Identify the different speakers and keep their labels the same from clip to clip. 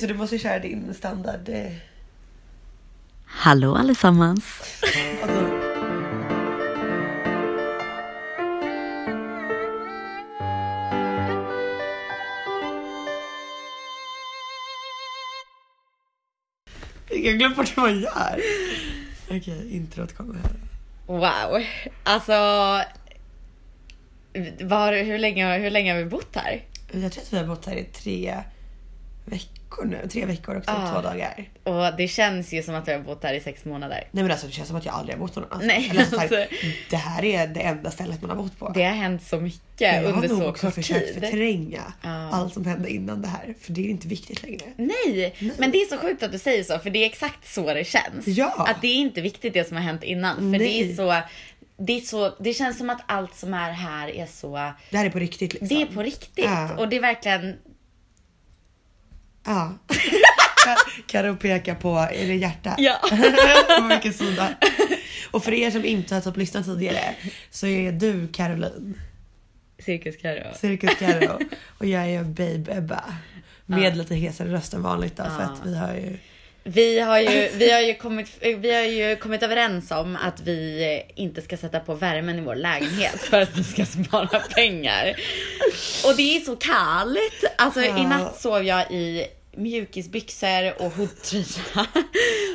Speaker 1: Så du måste ju köra din standard... eh,
Speaker 2: Hallå allesammans!
Speaker 1: Alltså, jag glömde bort hur man gör. Okej, introt kommer här.
Speaker 3: Wow. Alltså, var, hur, länge, hur länge har vi bott här?
Speaker 1: Jag tror att vi har bott här i tre veckor nu. Tre veckor och typ
Speaker 3: Ja.
Speaker 1: två dagar.
Speaker 3: Och det känns ju som att vi har bott här i sex månader.
Speaker 1: Nej men alltså det känns som att jag aldrig har bott någon annanstans.
Speaker 3: Nej,
Speaker 1: Eller så här,
Speaker 3: alltså.
Speaker 1: det här är det enda stället man har bott på.
Speaker 3: Det har hänt så mycket
Speaker 1: jag har
Speaker 3: Eh, under
Speaker 1: nog
Speaker 3: så
Speaker 1: också
Speaker 3: kort
Speaker 1: försökt
Speaker 3: tid.
Speaker 1: förtränga
Speaker 3: Ja.
Speaker 1: allt som hände innan det här. För det är inte viktigt längre.
Speaker 3: Nej, men det är så sjukt att du säger så för det är exakt så det känns.
Speaker 1: Ja.
Speaker 3: Att det är inte viktigt det som har hänt innan. För det
Speaker 1: Nej.
Speaker 3: är, så, det är så, det känns som att allt som är här är så,
Speaker 1: Det här är på riktigt liksom.
Speaker 3: det är på riktigt.
Speaker 1: Ja.
Speaker 3: Och det är verkligen,
Speaker 1: Ja. Karo pekar på, är det hjärta?
Speaker 3: Ja.
Speaker 1: på vilken sida? Och för er som inte har typ lyssnat tidigare så är du Caroline,
Speaker 3: cirkus Karo.
Speaker 1: Cirkus Karo och jag är Babe Ebba. Med lite hesare röst än vanligt då, för
Speaker 3: Ja.
Speaker 1: att vi har ju...
Speaker 3: Vi har, ju, vi, har ju kommit, vi har ju kommit överens om att vi inte ska sätta på värmen i vår lägenhet för att vi ska spara pengar. Och det är så kallt. Alltså i natt sov jag i mjukisbyxor och hoodtröja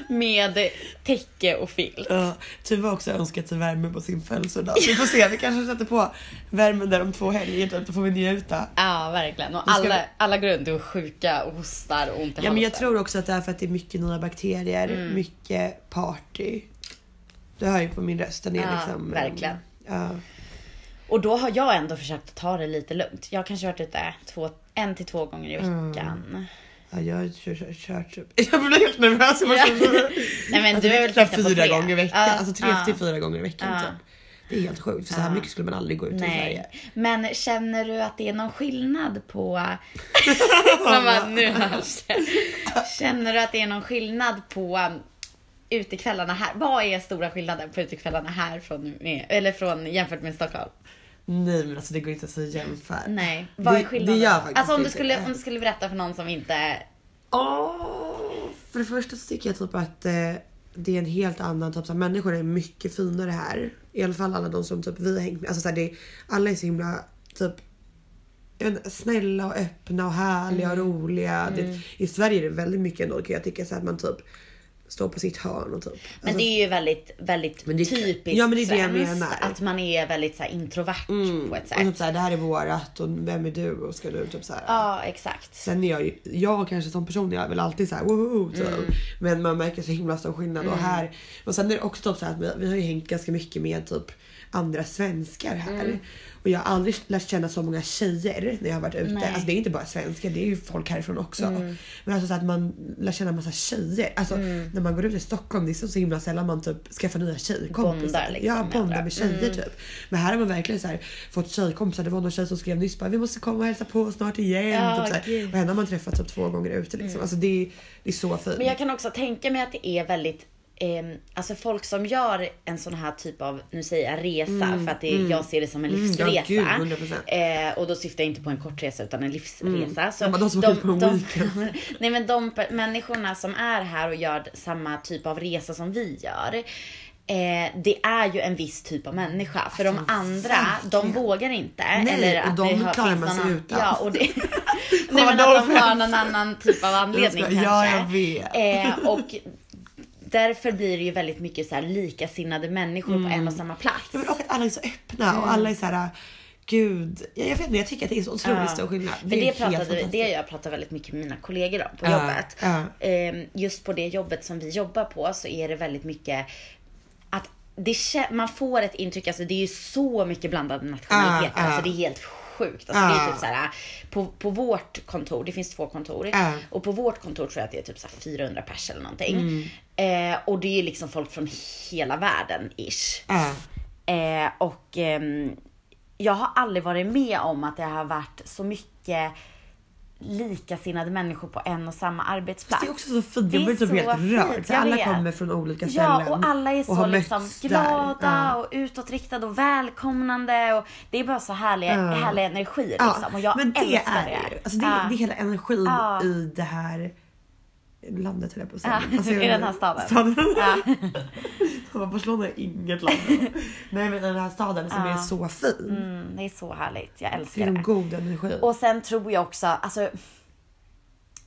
Speaker 3: med täcke och filt.
Speaker 1: Ja, Tuva har också önskat sig värme på sin födelsedag. Så vi får se, vi kanske sätter på värmen där om två helger typ, då får vi njuta.
Speaker 3: Ja, verkligen. Och
Speaker 1: ska
Speaker 3: alla,
Speaker 1: vi-
Speaker 3: alla går runt och är sjuka och hostar och ont i
Speaker 1: Ja men jag
Speaker 3: halsen.
Speaker 1: tror också att det är för att det är mycket nya bakterier,
Speaker 3: Mm.
Speaker 1: mycket party. Du hör ju på min röst, den är
Speaker 3: Ja,
Speaker 1: liksom... eh,
Speaker 3: verkligen.
Speaker 1: Ja.
Speaker 3: Och då har jag ändå försökt att ta det lite lugnt. Jag har kanske varit ute två, en till två gånger i
Speaker 1: Mm.
Speaker 3: veckan.
Speaker 1: Ja, jag har kört, kört, kört upp. Jag blir helt nervös. Jag
Speaker 3: Ja.
Speaker 1: bara känner-
Speaker 3: Nej men
Speaker 1: alltså,
Speaker 3: du
Speaker 1: det
Speaker 3: har
Speaker 1: är
Speaker 3: väl
Speaker 1: typ
Speaker 3: flyttat på
Speaker 1: fyra
Speaker 3: tre?
Speaker 1: gånger i veckan.
Speaker 3: Ja,
Speaker 1: alltså tre
Speaker 3: ja.
Speaker 1: till fyra gånger i veckan
Speaker 3: Ja.
Speaker 1: typ. Det är helt sjukt för så här mycket skulle man aldrig gå ut i Sverige.
Speaker 3: Nej. Men känner du att det är någon skillnad på... Man bara, nu hörs det. Känner du att det är någon skillnad på um, utekvällarna här? Vad är stora skillnaden på utekvällarna här från, med, eller från, jämfört med Stockholm?
Speaker 1: Nej men alltså det går inte ens att jämföra.
Speaker 3: Nej, vad är
Speaker 1: Det-
Speaker 3: skillnaden?
Speaker 1: Det gör faktiskt
Speaker 3: alltså om du,
Speaker 1: inte
Speaker 3: skulle,
Speaker 1: det.
Speaker 3: om du skulle berätta för någon som inte...
Speaker 1: Åh, för det första så tycker jag typ att eh, det är en helt annan typ. Så här, människor är mycket finare här. I alla fall alla de som typ vi har hängt med. Alltså, så här, det, är- alla är så himla typ jag vet inte, snälla och öppna och härliga och roliga. Det, I Sverige är det väldigt mycket ändå kan jag tycka så här, att man typ står på sitt hörn och typ.
Speaker 3: Men
Speaker 1: Alltså,
Speaker 3: det är ju väldigt, väldigt
Speaker 1: Men det är-
Speaker 3: typiskt
Speaker 1: Ja, men det är det jag
Speaker 3: svenskt
Speaker 1: menar.
Speaker 3: Att man är väldigt så här, introvert på ett
Speaker 1: och typ
Speaker 3: sätt.
Speaker 1: så här, det här är vårat och vem är du och ska du typ så här.
Speaker 3: Ja, exakt.
Speaker 1: Sen är jag ju, jag kanske som person jag är väl alltid såhär woho typ.
Speaker 3: Mm.
Speaker 1: Men man märker så himla stor skillnad och här. Och sen är det också typ så här att vi, vi har ju hängt ganska mycket med typ andra svenskar här.
Speaker 3: Mm.
Speaker 1: Och jag har aldrig lärt känna så många tjejer när jag har varit ute.
Speaker 3: Nej. Mm.
Speaker 1: Alltså det är inte bara svenskar, det är ju folk härifrån också. Men alltså så att man lär känna massa tjejer. Alltså när man går ut i Stockholm det är så, så himla sällan man typ skaffar nya tjejkompisar.
Speaker 3: Bondar liksom Mm.
Speaker 1: ja,
Speaker 3: med
Speaker 1: bondar
Speaker 3: andra.
Speaker 1: med tjejer typ. Men här har man verkligen så här, fått tjejkompisar. Det var någon tjej som skrev nyss bara vi måste komma och hälsa på snart igen.
Speaker 3: Ja,
Speaker 1: typ så här.
Speaker 3: gud.
Speaker 1: Och henne har man träffat typ två gånger ute liksom. Alltså det är, det är så fint.
Speaker 3: Mm. Men jag kan också tänka mig att det är väldigt ehm, Alltså folk som gör en sån här typ av, nu säger jag resa för att det, jag ser det som en
Speaker 1: Mm, ja,
Speaker 3: livsresa.
Speaker 1: gud, 100%.
Speaker 3: Eh, och då syftar jag inte på en kortresa utan en livsresa. Så
Speaker 1: Mm. Ja, men de som åker på en weekend.
Speaker 3: Nej men de pe- människorna som är här och gör samma typ av resa som vi gör. Eh, det är ju en viss typ av människa. För de andra, de
Speaker 1: Alltså, verkligen.
Speaker 3: vågar inte.
Speaker 1: Nej,
Speaker 3: eller
Speaker 1: och
Speaker 3: att
Speaker 1: de
Speaker 3: det har,
Speaker 1: klarar
Speaker 3: finns
Speaker 1: man
Speaker 3: någon
Speaker 1: sig
Speaker 3: annan-
Speaker 1: utan.
Speaker 3: Ja, och det,
Speaker 1: Ja,
Speaker 3: nej, men
Speaker 1: de
Speaker 3: att de har
Speaker 1: skäms.
Speaker 3: någon annan typ av anledning
Speaker 1: Ja,
Speaker 3: kanske.
Speaker 1: jag vet.
Speaker 3: Eh, och därför blir det ju väldigt mycket så här likasinnade människor på en och samma plats.
Speaker 1: Ja, men och att alla är så öppna
Speaker 3: Mm.
Speaker 1: och alla är så här. Gud, jag, jag vet inte, jag tycker att det är så otroligt
Speaker 3: Ja.
Speaker 1: stor skillnad.
Speaker 3: För det,
Speaker 1: är helt
Speaker 3: pratade, vi-
Speaker 1: fantastiskt.
Speaker 3: det har jag pratat väldigt mycket med mina kollegor om på
Speaker 1: Ja,
Speaker 3: jobbet.
Speaker 1: ja.
Speaker 3: Ehm, Just på det jobbet som vi jobbar på så är det väldigt mycket att det, kä- man får ett intryck, alltså det är ju så mycket blandade nationaliteter.
Speaker 1: Ja, ja.
Speaker 3: Alltså det är helt sjukt. Alltså det
Speaker 1: Ja.
Speaker 3: är typ så här, på, på vårt kontor, det finns två kontor.
Speaker 1: Ja.
Speaker 3: Och på vårt kontor tror jag att det är typ så här 400 pers eller någonting. Eh, och det är liksom folk från hela världen ish.
Speaker 1: Mm. Ja.
Speaker 3: Eh, och ehm, jag har aldrig varit med om att det har varit så mycket likasinnade människor på en och samma arbetsplats.
Speaker 1: Det är också så fint,
Speaker 3: Det
Speaker 1: jag
Speaker 3: är
Speaker 1: blir typ
Speaker 3: så
Speaker 1: helt
Speaker 3: fint,
Speaker 1: rörd. för
Speaker 3: jag
Speaker 1: Alla
Speaker 3: vet.
Speaker 1: kommer från olika ställen.
Speaker 3: Ja, och alla är så
Speaker 1: har
Speaker 3: liksom
Speaker 1: mötts där.
Speaker 3: glada
Speaker 1: Ja.
Speaker 3: och utåtriktade och välkomnande. Och det är bara så härliga, härliga energier
Speaker 1: Ja,
Speaker 3: liksom. Och jag
Speaker 1: men det
Speaker 3: älskar
Speaker 1: är
Speaker 3: det.
Speaker 1: ju- Alltså det,
Speaker 3: Ja.
Speaker 1: det är hela energin
Speaker 3: Ja.
Speaker 1: i det här landet höll jag på att
Speaker 3: Ja,
Speaker 1: säga. Alltså, jag
Speaker 3: i
Speaker 1: menar-
Speaker 3: den här staden.
Speaker 1: staden.
Speaker 3: Ja.
Speaker 1: Ja. Barcelona är inget land. då. Nej men den här staden som
Speaker 3: Ja.
Speaker 1: är så fin.
Speaker 3: Mm, det är så härligt. Jag
Speaker 1: Det
Speaker 3: älskar
Speaker 1: är
Speaker 3: det.
Speaker 1: en god energi.
Speaker 3: Och sen tror jag också, alltså.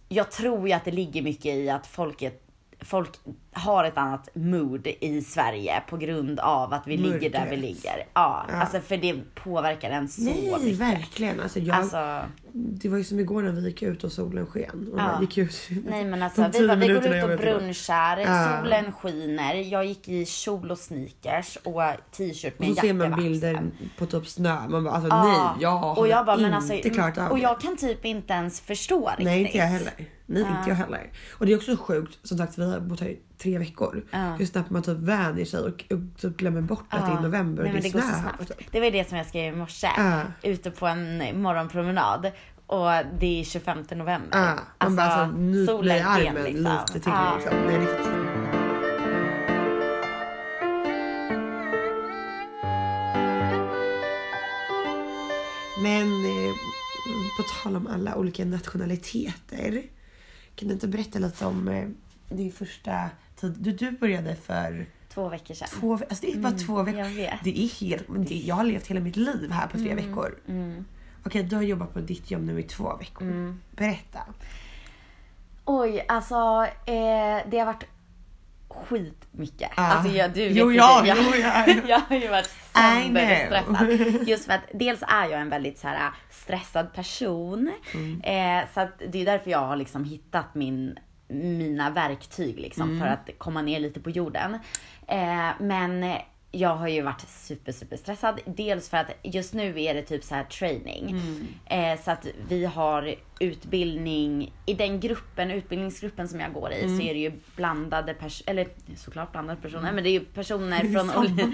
Speaker 3: Jag tror ju att det ligger mycket i att folket, folk har ett annat mood i Sverige på grund av att vi ligger där vi
Speaker 1: Mörkret.
Speaker 3: ligger. Ja, alltså för det påverkar en så
Speaker 1: Nej
Speaker 3: mycket.
Speaker 1: verkligen. Alltså, jag,
Speaker 3: Alltså,
Speaker 1: Det var ju som igår när vi gick ut och solen sken. Och
Speaker 3: Ja.
Speaker 1: bara gick ut.
Speaker 3: nej men alltså
Speaker 1: De
Speaker 3: vi,
Speaker 1: tio
Speaker 3: bara, vi går
Speaker 1: minuterna
Speaker 3: ut
Speaker 1: jag
Speaker 3: och
Speaker 1: vet idag.
Speaker 3: brunchar,
Speaker 1: Ja.
Speaker 3: solen skiner, jag gick i kjol och sneakers och t-shirt med
Speaker 1: Och så ser man
Speaker 3: jackevaxen.
Speaker 1: bilder på typ snö. Man bara alltså
Speaker 3: alltså. Ja.
Speaker 1: nej jag har
Speaker 3: och jag bara,
Speaker 1: inte
Speaker 3: men alltså,
Speaker 1: klarat av
Speaker 3: Och
Speaker 1: det.
Speaker 3: jag kan typ inte ens förstå riktigt.
Speaker 1: Nej inte jag heller. Nej inte jag heller. Och det är också sjukt som sagt vi har bott här i tre veckor.
Speaker 3: Ja.
Speaker 1: Hur snabbt man typ vänjer sig och, och typ glömmer bort att det är november och
Speaker 3: Nej, men
Speaker 1: det är
Speaker 3: det går
Speaker 1: snö.
Speaker 3: så
Speaker 1: här.
Speaker 3: snabbt. Det var ju det som jag skrev i morse.
Speaker 1: Ja.
Speaker 3: Ute på en morgonpromenad. Och det är 25 november.
Speaker 1: Ja, man bara alltså, nu blir armen
Speaker 3: Ah.
Speaker 1: lite till
Speaker 3: Ja.
Speaker 1: liksom. Nej, det är faktiskt- Men eh, på tal om alla olika nationaliteter. Kan du inte berätta lite om eh, din första tid? Du, du började för
Speaker 3: Två veckor sedan.
Speaker 1: två veckor. Alltså det är bara två veckor.
Speaker 3: Mm, jag vet. Mm,
Speaker 1: Det är helt, men det, jag har levt hela mitt liv här på tre veckor. Okej, du har jobbat på ditt jobb nu i två veckor.
Speaker 3: Mm.
Speaker 1: Berätta.
Speaker 3: Oj, alltså eh, det har varit skitmycket.
Speaker 1: Ja.
Speaker 3: Alltså jag, du
Speaker 1: Jo,
Speaker 3: vet
Speaker 1: ja,
Speaker 3: ju det.
Speaker 1: jo, ja, ja.
Speaker 3: jag har ju varit sönderstressad. Just för att dels är jag en väldigt så här, äh, stressad person. Eh, så att det är därför jag har liksom hittat min, mina verktyg liksom, för att komma ner lite på jorden. Eh, men jag har ju varit super, super stressad. Dels för att just nu är det typ så här training. Eh, så att vi har utbildning, i den gruppen, utbildningsgruppen som jag går i så är det ju blandade personer, eller såklart blandade personer, men det är ju personer från
Speaker 1: samma
Speaker 3: olika...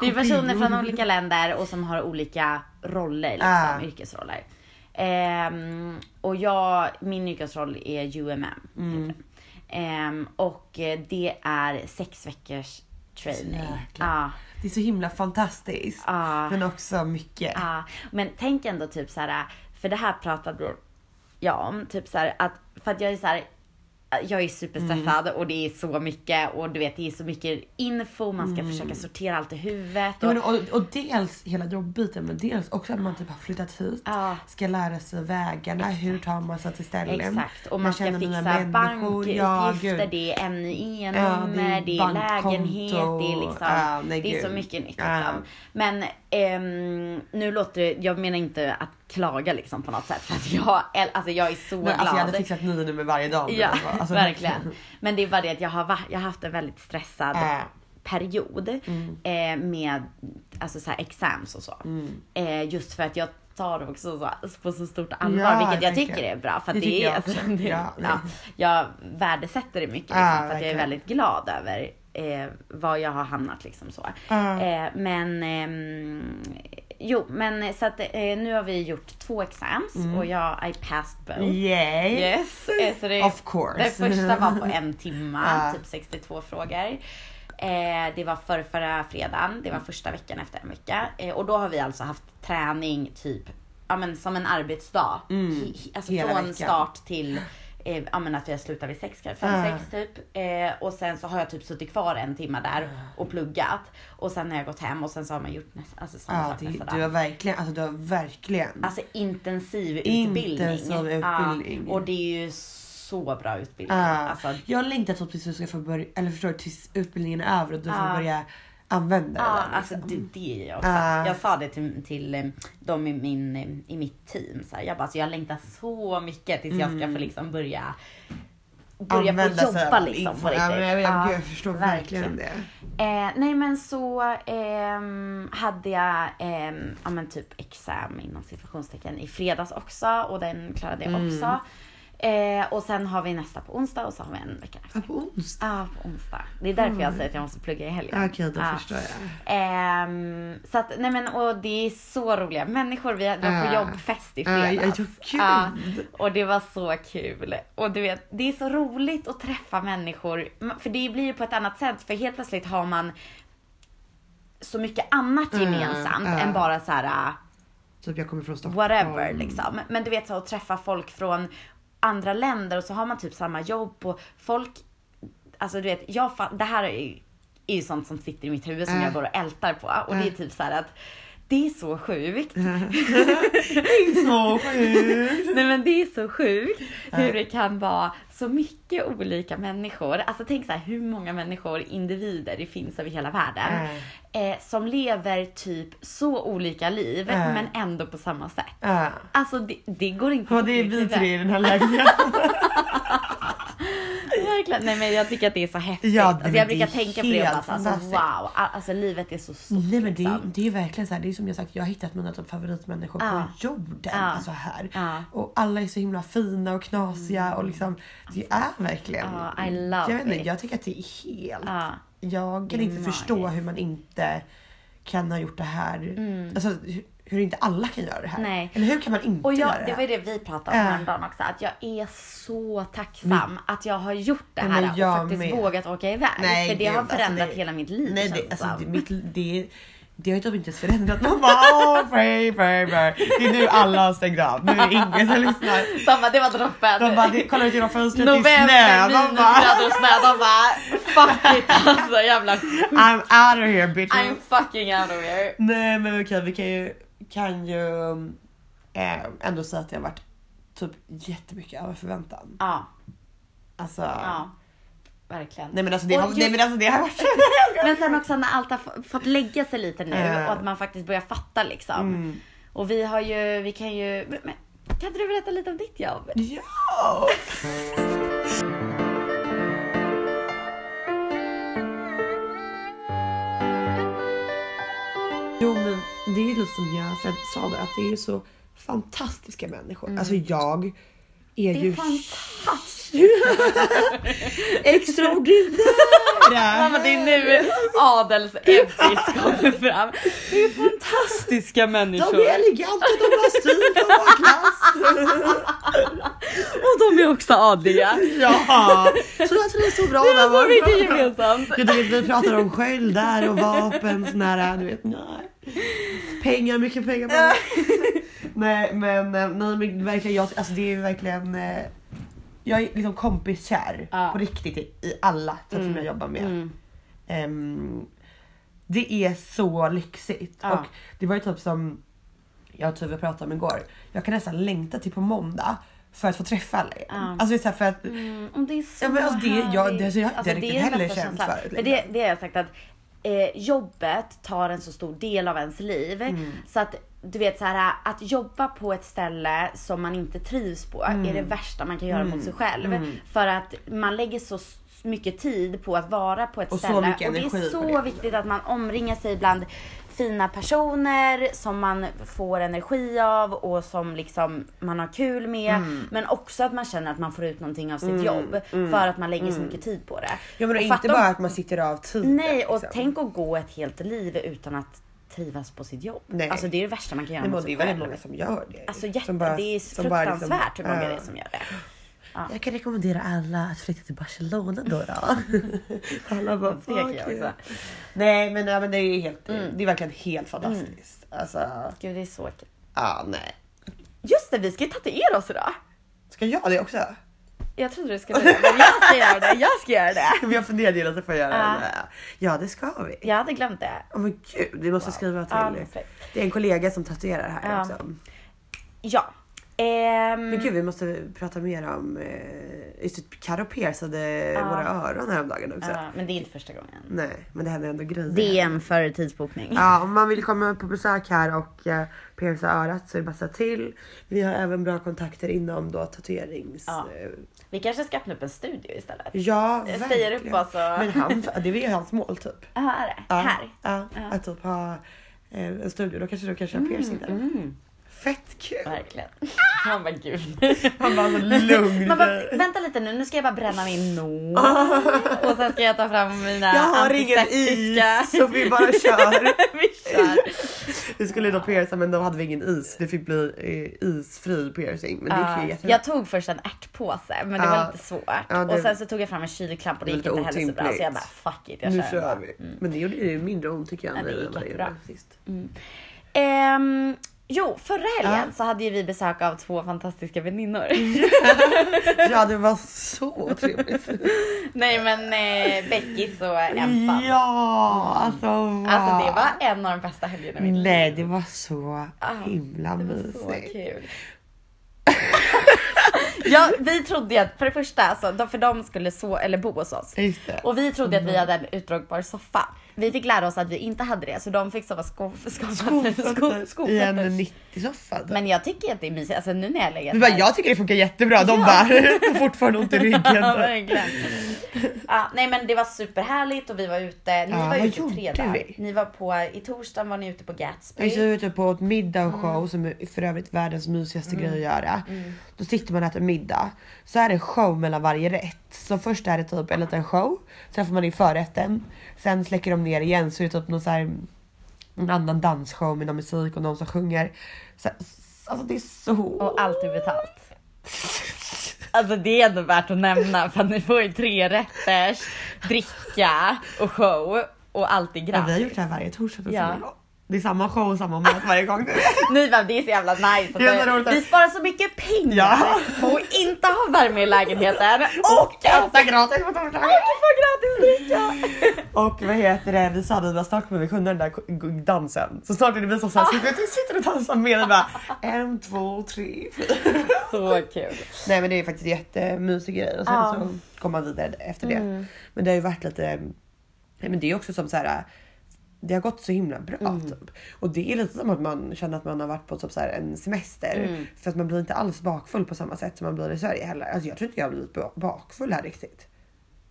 Speaker 3: det är ju personer från olika länder och som har olika roller, liksom,
Speaker 1: Ah.
Speaker 3: yrkesroller. Ehm, och jag, min yrkesroll är UMM.
Speaker 1: Mm.
Speaker 3: heter det. Ehm, och eh, det är sex veckors training.
Speaker 1: Jäklar.
Speaker 3: Ja.
Speaker 1: Det är så himla fantastiskt.
Speaker 3: Ja.
Speaker 1: Men också mycket.
Speaker 3: Ja, men tänk ändå typ så här, för det här pratade jag om, typ så här att, för att jag är så här, jag är superstressad
Speaker 1: Mm.
Speaker 3: och det är så mycket och du vet det är så mycket info, man ska försöka sortera allt i huvudet.
Speaker 1: Mm. Ja,
Speaker 3: Och,
Speaker 1: men, och, och dels hela jobbbiten men dels också att man typ har flyttat hit.
Speaker 3: Ja.
Speaker 1: Ska lära sig vägarna, hur tar man sig till ställen.
Speaker 3: Exakt, och
Speaker 1: Man
Speaker 3: man ska
Speaker 1: känner nya
Speaker 3: fixa
Speaker 1: människor.
Speaker 3: bankuppgifter,
Speaker 1: Ja, gud.
Speaker 3: det är NIE-nummer,
Speaker 1: Ja,
Speaker 3: det
Speaker 1: det
Speaker 3: är,
Speaker 1: är bankkonto.
Speaker 3: lägenhet, det är liksom,
Speaker 1: Ja, nej,
Speaker 3: det är så
Speaker 1: gud.
Speaker 3: mycket nytt
Speaker 1: Ja.
Speaker 3: liksom. Men ehm, nu låter det, jag menar inte att klaga liksom på något sätt för att jag, alltså jag är så
Speaker 1: Men,
Speaker 3: glad.
Speaker 1: alltså, jag hade fixat nio nummer varje dag. om det
Speaker 3: Ja,
Speaker 1: var- alltså,
Speaker 3: verkligen. Men det är bara det att jag har, va- jag har haft en väldigt stressad
Speaker 1: Äh. Mm.
Speaker 3: period eh, med alltså så här exams och så.
Speaker 1: Mm.
Speaker 3: Eh, just för att jag tar det också så, alltså, på så stort allvar,
Speaker 1: Ja,
Speaker 3: vilket jag
Speaker 1: verkligen.
Speaker 3: tycker är bra. För
Speaker 1: Det
Speaker 3: att det,
Speaker 1: tycker
Speaker 3: är,
Speaker 1: jag
Speaker 3: alltså,
Speaker 1: också.
Speaker 3: det, ja,
Speaker 1: Ja,
Speaker 3: jag värdesätter det mycket, liksom,
Speaker 1: Ja,
Speaker 3: för att jag är
Speaker 1: verkligen.
Speaker 3: väldigt glad över eh, var jag har hamnat. Liksom, så.
Speaker 1: Ja.
Speaker 3: Eh, men ehm, jo, men så att eh, nu har vi gjort två exams
Speaker 1: Mm.
Speaker 3: och jag I passed both.
Speaker 1: Yay!
Speaker 3: Yes, eh, så det,
Speaker 1: Of course.
Speaker 3: Den första var på en timme,
Speaker 1: Ja.
Speaker 3: typ 62 frågor. Eh, det var förra, förra fredagen, det var
Speaker 1: Mm.
Speaker 3: första veckan efter en vecka. Eh, och då har vi alltså haft träning typ, ja men som en arbetsdag. He- he- alltså
Speaker 1: Mm. hela
Speaker 3: från
Speaker 1: veckan.
Speaker 3: start till eh, ja men att vi har slutat vid sex, kanske fem,
Speaker 1: Ah.
Speaker 3: sex typ. Eh, och sen så har jag typ suttit kvar en timme där
Speaker 1: Ah.
Speaker 3: och pluggat. Och sen har jag gått hem och sen så har man gjort nästan alltså, samma
Speaker 1: Ja,
Speaker 3: sak
Speaker 1: det,
Speaker 3: nästa
Speaker 1: du har
Speaker 3: dag.
Speaker 1: verkligen, alltså du har verkligen.
Speaker 3: Alltså intensiv utbildning.
Speaker 1: Intensiv utbildning. Ah.
Speaker 3: Ja, och det är ju så bra utbildning.
Speaker 1: Ja.
Speaker 3: Alltså,
Speaker 1: jag längtar typ tills du ska få börja, eller förstår du, tills utbildningen är över och du
Speaker 3: Ja.
Speaker 1: får börja använda
Speaker 3: Ja,
Speaker 1: den.
Speaker 3: alltså det, det är jag också.
Speaker 1: Ja.
Speaker 3: Jag sa det till, till eh, dem i, min, eh, i mitt team. Så här, jag bara, alltså, jag längtar så mycket tills jag ska få liksom börja börja
Speaker 1: Mm.
Speaker 3: få
Speaker 1: Använda sig av
Speaker 3: jobba liksom på
Speaker 1: info.
Speaker 3: riktigt.
Speaker 1: Ja, men jag, vet,
Speaker 3: Ja,
Speaker 1: jag förstår verkligen det.
Speaker 3: Eh, nej men så ehm, hade jag ehm, ja, men typ exam inom situationstecken i fredags också och den klarade jag också. Eh, och sen har vi nästa på onsdag och så har vi en vecka efter.
Speaker 1: Ja, på onsdag.
Speaker 3: Ja, på onsdag. Det är därför jag säger att jag måste plugga i helgen.
Speaker 1: Mm. Ah, Okej, då
Speaker 3: Ja.
Speaker 1: förstår jag.
Speaker 3: Ehm, så att, nej men och det är så roliga människor. Vi var på
Speaker 1: Ah.
Speaker 3: jobbfest i
Speaker 1: Ah, ja,
Speaker 3: fredags.
Speaker 1: ja, kul.
Speaker 3: Ja, och det var så kul. Och du vet, det är så roligt att träffa människor. Ma- För det blir ju på ett annat sätt. För helt plötsligt har man så mycket annat gemensamt
Speaker 1: ah.
Speaker 3: än bara så här
Speaker 1: Typ jag kommer från Stockholm.
Speaker 3: whatever liksom. Men du vet så att träffa folk från andra länder och så har man typ samma jobb och folk, alltså du vet, jag fa- det här är ju, är ju sånt som sitter i mitt huvud som
Speaker 1: Äh.
Speaker 3: jag går och ältar på och det är
Speaker 1: Äh.
Speaker 3: typ så här att det är så sjukt.
Speaker 1: Så sjukt.
Speaker 3: Nej men det är så sjukt hur det kan vara så mycket olika människor. Alltså tänk så här hur många människor, individer det finns över hela världen. Eh, som lever typ så olika liv
Speaker 1: Äh.
Speaker 3: men ändå på samma sätt.
Speaker 1: Ja.
Speaker 3: Alltså det, det går inte
Speaker 1: Ja
Speaker 3: ihop
Speaker 1: det
Speaker 3: i
Speaker 1: är
Speaker 3: mitt
Speaker 1: vi
Speaker 3: huvud.
Speaker 1: tre i den här lägenheten.
Speaker 3: Verkligen. Nej men jag tycker att det är så häftigt.
Speaker 1: Ja,
Speaker 3: alltså,
Speaker 1: men
Speaker 3: jag
Speaker 1: det
Speaker 3: brukar
Speaker 1: är
Speaker 3: tänka på det och bara
Speaker 1: helt
Speaker 3: så, alltså,
Speaker 1: fantastiskt.
Speaker 3: wow. a- Alltså livet är så stort
Speaker 1: Nej men det, är-
Speaker 3: liksom.
Speaker 1: det är ju verkligen så här, det är som jag sagt, jag har hittat mina typ favoritmänniskor
Speaker 3: Ja.
Speaker 1: på jorden.
Speaker 3: Ja.
Speaker 1: Alltså här.
Speaker 3: Ja.
Speaker 1: Och alla är så himla fina och knasiga och liksom, det är verkligen.
Speaker 3: Alltså, Ja, I love
Speaker 1: jag, vet inte,
Speaker 3: it.
Speaker 1: jag tycker att det är helt,
Speaker 3: Ja.
Speaker 1: jag kan
Speaker 3: Det är
Speaker 1: inte förstå
Speaker 3: magiskt.
Speaker 1: hur man inte kan ha gjort det här. Alltså hur, hur inte alla kan göra det här.
Speaker 3: Mm. Nej.
Speaker 1: Eller hur kan man inte
Speaker 3: Och jag,
Speaker 1: göra
Speaker 3: det
Speaker 1: det
Speaker 3: var ju
Speaker 1: här?
Speaker 3: det vi pratade om
Speaker 1: Ja. Mm.
Speaker 3: häromdagen också. Att jag är så tacksam att jag har gjort det
Speaker 1: Ja,
Speaker 3: här
Speaker 1: men
Speaker 3: och
Speaker 1: jag
Speaker 3: faktiskt
Speaker 1: med.
Speaker 3: vågat åka iväg. för det
Speaker 1: gud,
Speaker 3: har förändrat
Speaker 1: alltså, det-
Speaker 3: hela mitt liv
Speaker 1: Nej,
Speaker 3: känns
Speaker 1: det,
Speaker 3: det som.
Speaker 1: alltså, det, mitt, det, det har ju typ inte ens förändrat. Man bara åh, pray, pray, pray. Det är nu alla har stängt av. Nu är det ingen som lyssnar.
Speaker 3: Mamma, det var droppen.
Speaker 1: De bara, det- kolla ut genom fönstret, det är
Speaker 3: November,
Speaker 1: snö. De bara,
Speaker 3: minusgrader och snö. De bara fuck it alltså jävla
Speaker 1: I'm out of here bitch.
Speaker 3: I'm fucking out of here.
Speaker 1: Nej men okej, vi kan ju, kan ju eh, ändå säga att det har varit typ jättemycket över förväntan.
Speaker 3: Ja,
Speaker 1: Alltså,
Speaker 3: ja. Verkligen.
Speaker 1: nej men alltså det
Speaker 3: Och
Speaker 1: har,
Speaker 3: just-
Speaker 1: nej, men alltså, det har varit
Speaker 3: Men sen också när allt har f- fått lägga sig lite nu
Speaker 1: Ja. Mm.
Speaker 3: och att man faktiskt börjar fatta liksom. Och vi har ju, vi kan ju, men, men, kan inte du berätta lite om ditt jobb?
Speaker 1: Ja! Jo men det är ju lite som jag sen sa där, att det är ju så fantastiska människor. Alltså jag är,
Speaker 3: Mm. Det är
Speaker 1: ju
Speaker 3: fantastiskt.
Speaker 1: extraordinär!
Speaker 3: Mamma, det är nu Adels Ebbis kommer fram. Det är fantastiska
Speaker 1: De
Speaker 3: människor.
Speaker 1: är eleganta, de har stil, de har klass.
Speaker 3: Och de är också adliga.
Speaker 1: Ja, så jag tror det är så bra.
Speaker 3: Det är så
Speaker 1: där.
Speaker 3: mycket gemensamt.
Speaker 1: Ja, du vet, vi pratar om sköldar och vapen sån här, du vet. Nej. Pengar, mycket pengar. pengar. nej, men, eh, nej men verkligen, jag, alltså det är verkligen. eh, Jag är liksom kompiskär
Speaker 3: Ja. Mm.
Speaker 1: på riktigt i, i alla typ, som jag jobbar med. Ehm, det är så lyxigt
Speaker 3: Ja.
Speaker 1: och det var ju typ som jag och Tuve pratade om igår. Jag kan nästan längta till på måndag för att få träffa alla igen.
Speaker 3: Ja.
Speaker 1: Alltså det är så här för att
Speaker 3: Mm, och det är så
Speaker 1: Ja, men alltså, det- jag- det-
Speaker 3: härligt.
Speaker 1: alltså, jag har inte riktigt
Speaker 3: är den
Speaker 1: heller
Speaker 3: bästa
Speaker 1: känt
Speaker 3: känslan.
Speaker 1: förut,
Speaker 3: Men det,
Speaker 1: liksom.
Speaker 3: det har jag sagt att eh, jobbet tar en så stor del av ens liv.
Speaker 1: Mm.
Speaker 3: Så att du vet så här att jobba på ett ställe som man inte trivs på är
Speaker 1: Mm.
Speaker 3: det värsta man kan göra mot sig själv. För att man lägger så s- mycket tid på att vara på ett
Speaker 1: Och så
Speaker 3: ställe.
Speaker 1: mycket
Speaker 3: och det är
Speaker 1: energi på
Speaker 3: så
Speaker 1: det.
Speaker 3: viktigt att man omringar sig bland fina personer som man får energi av och som liksom man har kul med.
Speaker 1: Mm.
Speaker 3: Men också att man känner att man får ut någonting av sitt jobb för att man lägger så mycket tid på det.
Speaker 1: mm. Ja men
Speaker 3: Och
Speaker 1: och
Speaker 3: fatta
Speaker 1: inte
Speaker 3: om-
Speaker 1: bara att man sitter av tiden.
Speaker 3: Nej och
Speaker 1: liksom.
Speaker 3: tänk att gå ett helt liv utan att trivas på sitt jobb.
Speaker 1: Nej.
Speaker 3: Alltså det är det värsta man kan göra
Speaker 1: Nej, men
Speaker 3: mot
Speaker 1: det är
Speaker 3: sig
Speaker 1: väldigt
Speaker 3: själv.
Speaker 1: många som gör det.
Speaker 3: Alltså
Speaker 1: Som
Speaker 3: jätte,
Speaker 1: bara-
Speaker 3: det är
Speaker 1: som bara liksom-
Speaker 3: fruktansvärt hur många
Speaker 1: Ja.
Speaker 3: det är som gör det.
Speaker 1: Jag kan rekommendera alla att flytta till Barcelona då. då. alla bara,
Speaker 3: Det kan jag
Speaker 1: "Fuck
Speaker 3: också." Mm.
Speaker 1: yeah." Nej men, ja, men det är helt, det är verkligen helt fantastiskt. Alltså,
Speaker 3: Gud det är så kul.
Speaker 1: ja nej.
Speaker 3: Just det, vi ska ju tatuera oss idag.
Speaker 1: Ska jag det också?
Speaker 3: Jag trodde du skulle säga det, men jag ska göra det. Jag ska göra det.
Speaker 1: Jag funderade ju lite på att göra
Speaker 3: Ja.
Speaker 1: det. Ja det ska vi.
Speaker 3: Jag hade glömt det.
Speaker 1: Åh men gud, vi måste skriva till.
Speaker 3: Ja, det måste vi.
Speaker 1: det är en kollega som tatuerar här
Speaker 3: Ja.
Speaker 1: också.
Speaker 3: Ja. Ehm,
Speaker 1: Men gud vi måste prata mer om, eh, just det, Carro piercade våra öron häromdagen också.
Speaker 3: ja, men det är inte första gången.
Speaker 1: Nej, men det händer ändå grejer.
Speaker 3: DM för tidsbokning.
Speaker 1: Ja, om man vill komma på besök här och eh, pierca örat så är det bara att säga till. Vi har även bra kontakter inom då tatuerings...
Speaker 3: Ja.
Speaker 1: eh,
Speaker 3: Vi kanske ska öppna upp en studio istället.
Speaker 1: ja
Speaker 3: Jag
Speaker 1: verkligen.
Speaker 3: säger upp alltså.
Speaker 1: Men han, det är ju hans mål typ.
Speaker 3: Ja, här är det.
Speaker 1: Ja,
Speaker 3: Här.
Speaker 1: Ja, Att typ ha eh, en studio. Då kanske du kan köra
Speaker 3: Mm,
Speaker 1: piercing där. Fett kul.
Speaker 3: Verkligen. Man bara gud.
Speaker 1: Han bara alltså, lugn.
Speaker 3: Man bara, vänta lite nu, nu ska jag bara bränna min nål. Och sen ska jag ta fram mina
Speaker 1: jag har ingen
Speaker 3: antiseptiska.
Speaker 1: is så vi bara kör.
Speaker 3: Vi kör.
Speaker 1: Vi skulle då pierca men då hade vi ingen is. Det fick bli eh, isfri piercing. Men det gick
Speaker 3: Ja,
Speaker 1: ju jättebra.
Speaker 3: jag tog först en ärtpåse men det
Speaker 1: Ja.
Speaker 3: var lite svårt.
Speaker 1: Ja, det-
Speaker 3: Och sen så tog jag fram en kylklamp och det
Speaker 1: Det var
Speaker 3: gick
Speaker 1: lite
Speaker 3: inte heller
Speaker 1: otympligt.
Speaker 3: så bra. Så jag bara fuck it, jag
Speaker 1: Nu
Speaker 3: kör den bara.
Speaker 1: kör vi. Men det gjorde ju mindre ont tycker jag
Speaker 3: Ja, det
Speaker 1: nu
Speaker 3: gick
Speaker 1: än vad det
Speaker 3: jättebra.
Speaker 1: gjorde sist.
Speaker 3: Ehm, Jo, förra helgen så hade ju vi besök av två fantastiska väninnor.
Speaker 1: Ja, det var så trevligt.
Speaker 3: Nej men eh, Beckis och Empan.
Speaker 1: Ja, alltså wow.
Speaker 3: Alltså det var en av de bästa helgerna i mitt liv.
Speaker 1: Nej, det var så himla
Speaker 3: Ah, Det var så
Speaker 1: mysigt.
Speaker 3: kul. ja, vi trodde ju att, för det första, alltså, de- för de skulle så, eller bo hos oss.
Speaker 1: Just det. Mm.
Speaker 3: Och vi trodde att vi hade en utdragbar soffa. Vi fick lära oss att vi inte hade det, så de fick sova skofötter. Sko,
Speaker 1: I en
Speaker 3: skofötter.
Speaker 1: 90-soffa.
Speaker 3: Men jag tycker att det är mysigt, alltså nu när jag lägger
Speaker 1: Du bara, jag tycker det funkar jättebra. De bara, "Får fortfarande ont i
Speaker 3: Ja,
Speaker 1: ryggen.
Speaker 3: verkligen. Ja, nej men det var superhärligt och vi var ute, ni
Speaker 1: Ja,
Speaker 3: var
Speaker 1: vad
Speaker 3: ute tre
Speaker 1: gjorde
Speaker 3: dagar.
Speaker 1: vi? Alltså-
Speaker 3: Ni var på, i torsdagen var ni ute på Gatsby.
Speaker 1: Jag är så ute typ på ett middag och show som är för övrigt världens mysigaste grej att göra. Då sitter man och äter middag. Så är det show mellan varje rätt. Så först är det typ en liten show. Sen får man in förrätten. Sen släcker de ner igen så är det typ någon så här, en annan dansshow med någon musik och någon som sjunger. Så, alltså det är så...
Speaker 3: Och allt är betalt. Alltså det är ändå värt att nämna för att ni får ju tre rätters, dricka och show och allt är
Speaker 1: Ja, vi har
Speaker 3: gratis.
Speaker 1: gjort det här varje torsdag. för
Speaker 3: Ja.
Speaker 1: fan. Det är samma show och samma mat varje gång.
Speaker 3: Ni bara, det är så jävla nice.
Speaker 1: Det är så roligt
Speaker 3: Alltså,
Speaker 1: att-
Speaker 3: vi sparar så mycket pengar
Speaker 1: Ja.
Speaker 3: på att inte ha värme i lägenheten och att
Speaker 1: Äta gratis på torsdagar.
Speaker 3: vi får gratis dricka.
Speaker 1: Och vad heter det, vi sa det, bara, snart kommer vi kunna den där k- g- dansen. Så snart är det vi som så här, sitter, sitter och dansar med den bara en, två, tre, fyra.
Speaker 3: Så kul.
Speaker 1: Nej men det är faktiskt en jättemysig grej och sen
Speaker 3: Ja. Mm.
Speaker 1: så kommer man vidare efter det. Men det har ju varit lite, nej men det är också som så här. Det har gått så himla bra
Speaker 3: Mm.
Speaker 1: typ. Och det är lite som att man känner att man har varit på typ så här en semester.
Speaker 3: Mm.
Speaker 1: För att man blir inte alls bakfull på samma sätt som man blir i Sverige heller. Alltså jag tror inte jag har blivit ba- bakfull här riktigt.